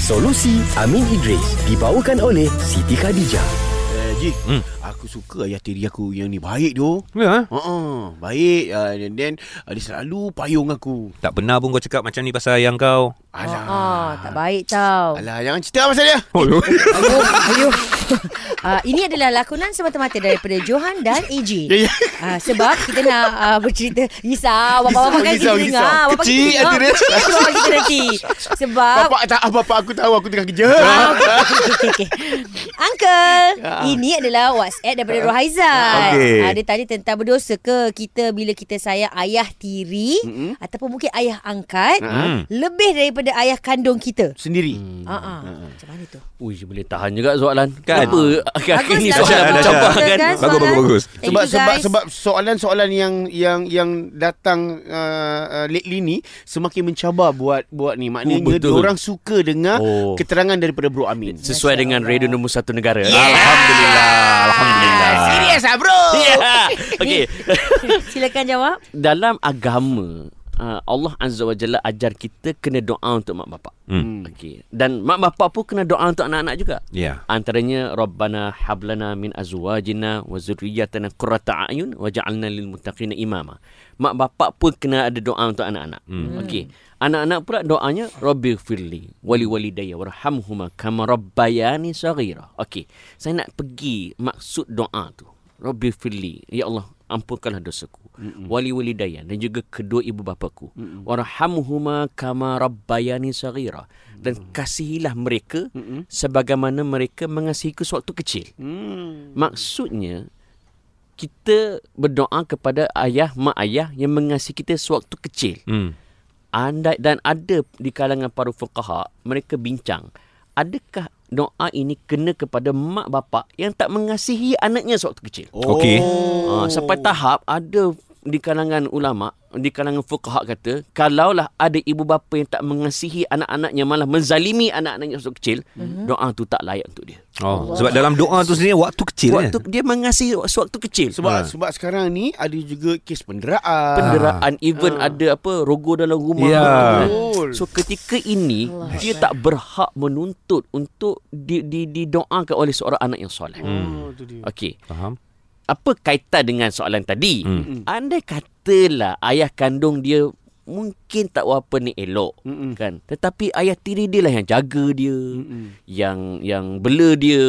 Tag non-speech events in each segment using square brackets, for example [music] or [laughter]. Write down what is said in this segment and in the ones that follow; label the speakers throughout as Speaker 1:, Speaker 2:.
Speaker 1: Solusi Amin Idris dibawakan oleh Siti Khadijah.
Speaker 2: Eh, Ji, hmm. aku suka ayah tiri aku yang ni. Baik dia.
Speaker 3: Ya eh?
Speaker 2: Uh-uh, baik. Uh, and then, uh, dia selalu payung aku.
Speaker 3: Tak pernah pun kau cakap macam ni pasal ayah kau.
Speaker 2: Alah.
Speaker 4: Ah, tak baik tau.
Speaker 2: Alah, jangan cerita pasal dia.
Speaker 3: Oh,
Speaker 4: Ayuh, [laughs] ayuh. Uh, ini adalah lakonan semata-mata daripada Johan dan AJ.
Speaker 2: [laughs] Ya, ya.
Speaker 4: Uh, sebab kita nak uh, bercerita risau. Bapak-bapak kan kita
Speaker 2: Risau, risau,
Speaker 4: dengar.
Speaker 2: risau.
Speaker 4: Bapak kita
Speaker 2: Kecil hati
Speaker 4: dengar.
Speaker 2: dia.
Speaker 4: Kecil bapak
Speaker 2: [laughs]
Speaker 4: kita nanti. Sebab...
Speaker 2: Bapak tak bapak aku tahu aku tengah kerja.
Speaker 4: Ah, okey, okey, okey. Uncle,
Speaker 2: Ah.
Speaker 4: ini adalah WhatsApp
Speaker 2: Ya.
Speaker 4: daripada Rohaizan.
Speaker 2: Okey.
Speaker 4: Ah, dia tanya tentang berdosa ke kita bila kita sayang ayah tiri mm-hmm. ataupun mungkin ayah angkat
Speaker 3: Mm.
Speaker 4: lebih daripada ayah kandung kita.
Speaker 2: Sendiri.
Speaker 4: Ah, ah. Macam mana tu?
Speaker 5: Ui, boleh tahan juga soalan.
Speaker 3: Kan?
Speaker 5: Apa? Akhir-akhir ni
Speaker 4: Bagus lah.
Speaker 5: soalan
Speaker 3: Bagus,
Speaker 5: campur
Speaker 3: bagus, bagus.
Speaker 5: kan?
Speaker 3: Bagus, bagus, bagus.
Speaker 4: Thank
Speaker 2: Sebab
Speaker 4: you,
Speaker 2: sebab
Speaker 4: guys.
Speaker 2: sebab soalan-soalan yang yang yang datang uh, uh, lately ni semakin mencabar buat buat ni.
Speaker 3: Oh,
Speaker 2: Maknanya
Speaker 3: betul.
Speaker 2: oh, orang suka dengar
Speaker 5: Oh.
Speaker 2: oh. keterangan daripada Bro Amin.
Speaker 5: Sesuai dengan radio nombor satu negara.
Speaker 3: Ya. Alhamdulillah. Alhamdulillah.
Speaker 2: Serius ah bro.
Speaker 5: Yeah. Okey.
Speaker 4: [laughs] Silakan jawab.
Speaker 5: Dalam agama, uh, Allah Azza wa Jalla ajar kita kena doa untuk mak bapak.
Speaker 3: Hmm.
Speaker 5: Okey. Dan mak bapak pun kena doa untuk anak-anak juga.
Speaker 3: Ya.
Speaker 5: Antaranya Rabbana hablana min azwajina wa zurriyyatina qurrata a'yun waj'alna lil muttaqina imama. Mak bapak pun kena ada doa untuk anak-anak. Hmm. Okey. Anak-anak pula doanya Rabbi firli wali walidayya warhamhuma kama rabbayani saghira. Okey. Saya nak pergi maksud doa tu. Rabbi firli. Ya Allah, ampunkanlah dosaku. Wali walidayya dan juga kedua ibu bapaku. Warhamhuma kama rabbayani saghira. Dan kasihilah mereka sebagaimana mereka mengasihiku sewaktu kecil.
Speaker 2: Hmm.
Speaker 5: Maksudnya kita berdoa kepada ayah mak ayah yang mengasihi kita sewaktu kecil.
Speaker 3: Hmm.
Speaker 5: Andai dan ada di kalangan para fuqaha mereka bincang adakah doa ini kena kepada mak bapak yang tak mengasihi anaknya sewaktu kecil.
Speaker 3: Okey.
Speaker 5: Ha, sampai tahap ada di kalangan ulama, di kalangan fuqaha kata, kalaulah ada ibu bapa yang tak mengasihi anak-anaknya malah menzalimi anak-anaknya waktu kecil, mm-hmm. doa tu tak layak untuk dia.
Speaker 3: Oh, sebab dalam doa tu sendiri waktu kecil
Speaker 5: Waktu
Speaker 3: eh.
Speaker 5: dia mengasihi sewaktu kecil.
Speaker 2: Sebab sebab sekarang ni ada juga kes penderaan.
Speaker 5: penderaan even ada apa rogo dalam rumah
Speaker 3: Ya.
Speaker 2: Betul.
Speaker 5: so ketika ini Allah dia tak berhak menuntut untuk di, di, didoakan oleh seorang anak yang soleh
Speaker 2: Oh, tu dia.
Speaker 5: okey
Speaker 3: Faham?
Speaker 5: apa kaitan dengan soalan tadi
Speaker 2: Hmm.
Speaker 5: andai katalah ayah kandung dia mungkin tak apa ni elok
Speaker 2: Mm-mm.
Speaker 5: kan tetapi ayah tiri dia lah yang jaga dia
Speaker 2: Mm-mm.
Speaker 5: yang yang bela dia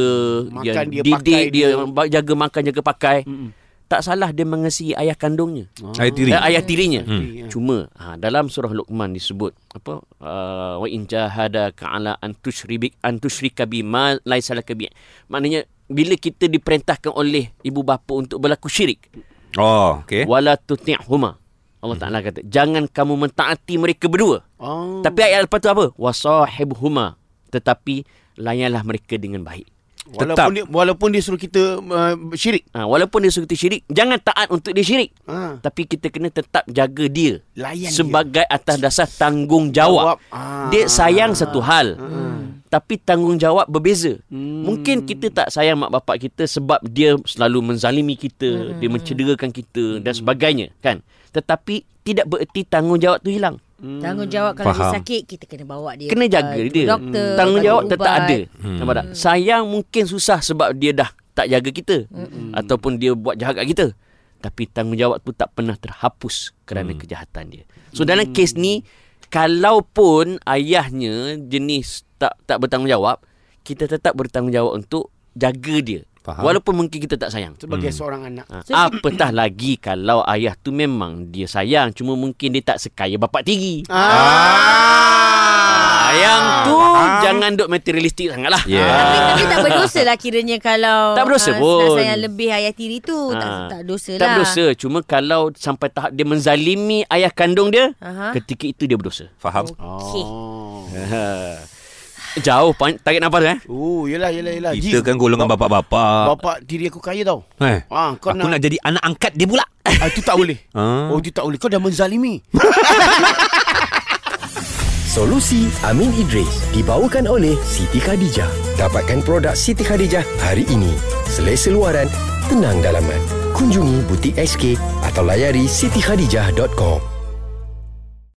Speaker 2: Makan
Speaker 5: yang
Speaker 2: dia, pakai
Speaker 5: didik dia,
Speaker 2: dia.
Speaker 5: dia jaga makan jaga pakai
Speaker 2: Mm-mm.
Speaker 5: tak salah dia mengasihi ayah kandungnya
Speaker 2: Oh.
Speaker 3: Ayat tiri.
Speaker 5: Eh, ayah tirinya.
Speaker 2: Hmm.
Speaker 5: Hmm. Cuma ha, dalam surah Luqman disebut apa uh, wa in jahadaka ala an tusyribik an tusyrika bima laisa laka bi. Maknanya bila kita diperintahkan oleh ibu bapa untuk berlaku syirik
Speaker 3: Oh, okey.
Speaker 5: wala tuti'huma. Allah Taala kata jangan kamu mentaati mereka berdua.
Speaker 2: Oh.
Speaker 5: Tapi ayat lepas tu apa? Wasahibhuma. Tetapi layanlah mereka dengan baik.
Speaker 2: Walaupun dia, walaupun dia suruh kita uh, syirik.
Speaker 5: Ha, walaupun dia suruh kita syirik, jangan taat untuk dia syirik.
Speaker 2: Ha.
Speaker 5: Tapi kita kena tetap jaga dia.
Speaker 2: Layan dia.
Speaker 5: Sebagai atas dasar tanggungjawab.
Speaker 2: Jawab. Ah.
Speaker 5: Dia sayang satu hal. Tapi tanggungjawab berbeza.
Speaker 2: Hmm.
Speaker 5: Mungkin kita tak sayang mak bapak kita sebab dia selalu menzalimi
Speaker 2: Hmm.
Speaker 5: kita. Dia mencederakan kita dan sebagainya. kan? Tetapi tidak bererti tanggungjawab tu hilang.
Speaker 4: Tanggungjawab kalau
Speaker 3: Faham.
Speaker 4: dia sakit kita kena bawa dia.
Speaker 5: Hmm. Kena jaga
Speaker 4: uh,
Speaker 5: dia. Hmm.
Speaker 4: Doktor.
Speaker 5: Tanggungjawab
Speaker 4: bagi
Speaker 5: tetap
Speaker 4: ubat.
Speaker 5: ada. Nampak tak? Sayang mungkin susah sebab dia dah tak jaga kita.
Speaker 4: Hmm.
Speaker 5: Ataupun dia buat jahat kat kita. Tapi tanggungjawab tu tak pernah terhapus kerana kejahatan dia. So dalam kes ni, kalaupun ayahnya jenis tak tak bertanggungjawab, kita tetap bertanggungjawab untuk jaga dia.
Speaker 3: Faham.
Speaker 5: Walaupun mungkin kita tak sayang.
Speaker 2: Sebagai seorang anak.
Speaker 5: Ha, apatah lagi kalau ayah tu memang dia sayang cuma mungkin dia tak sekaya bapak tiri.
Speaker 2: Ah.
Speaker 5: Ah, yang tu jangan duk materialistik sangatlah. Ha.
Speaker 3: Yeah.
Speaker 4: Tapi, tapi tak berdosa lah kiranya kalau
Speaker 5: Tak berdosa
Speaker 4: ah,
Speaker 5: pun.
Speaker 4: senasai yang lebih ayah tiri tu tak,
Speaker 5: Ah.
Speaker 4: tak dosa
Speaker 5: Tak
Speaker 4: lah
Speaker 5: berdosa Cuma kalau sampai tahap dia menzalimi ayah kandung dia
Speaker 4: Aha.
Speaker 5: Ketika itu dia berdosa
Speaker 3: Faham?
Speaker 4: Okey.
Speaker 2: Oh.
Speaker 5: Jauh pan- Tarik nafas eh
Speaker 2: Oh, yelah, yelah, yelah. Ji,
Speaker 3: Kita kan golongan bapak-bapak.
Speaker 2: Bapak diri aku kaya
Speaker 3: [laughs]
Speaker 2: tau.
Speaker 3: Eh.
Speaker 2: Ah, kau
Speaker 3: Aku nak jadi anak angkat dia pula.
Speaker 2: Ah, itu tak boleh.
Speaker 3: Ah.
Speaker 2: Oh, itu tak boleh. Kau dah menzalimi.
Speaker 1: Solusi Amin Idris dibawakan oleh Siti Khadijah. Dapatkan produk Siti Khadijah hari ini. Selesa luaran, tenang dalaman. Kunjungi butik SK atau layari sitikhadijah.com.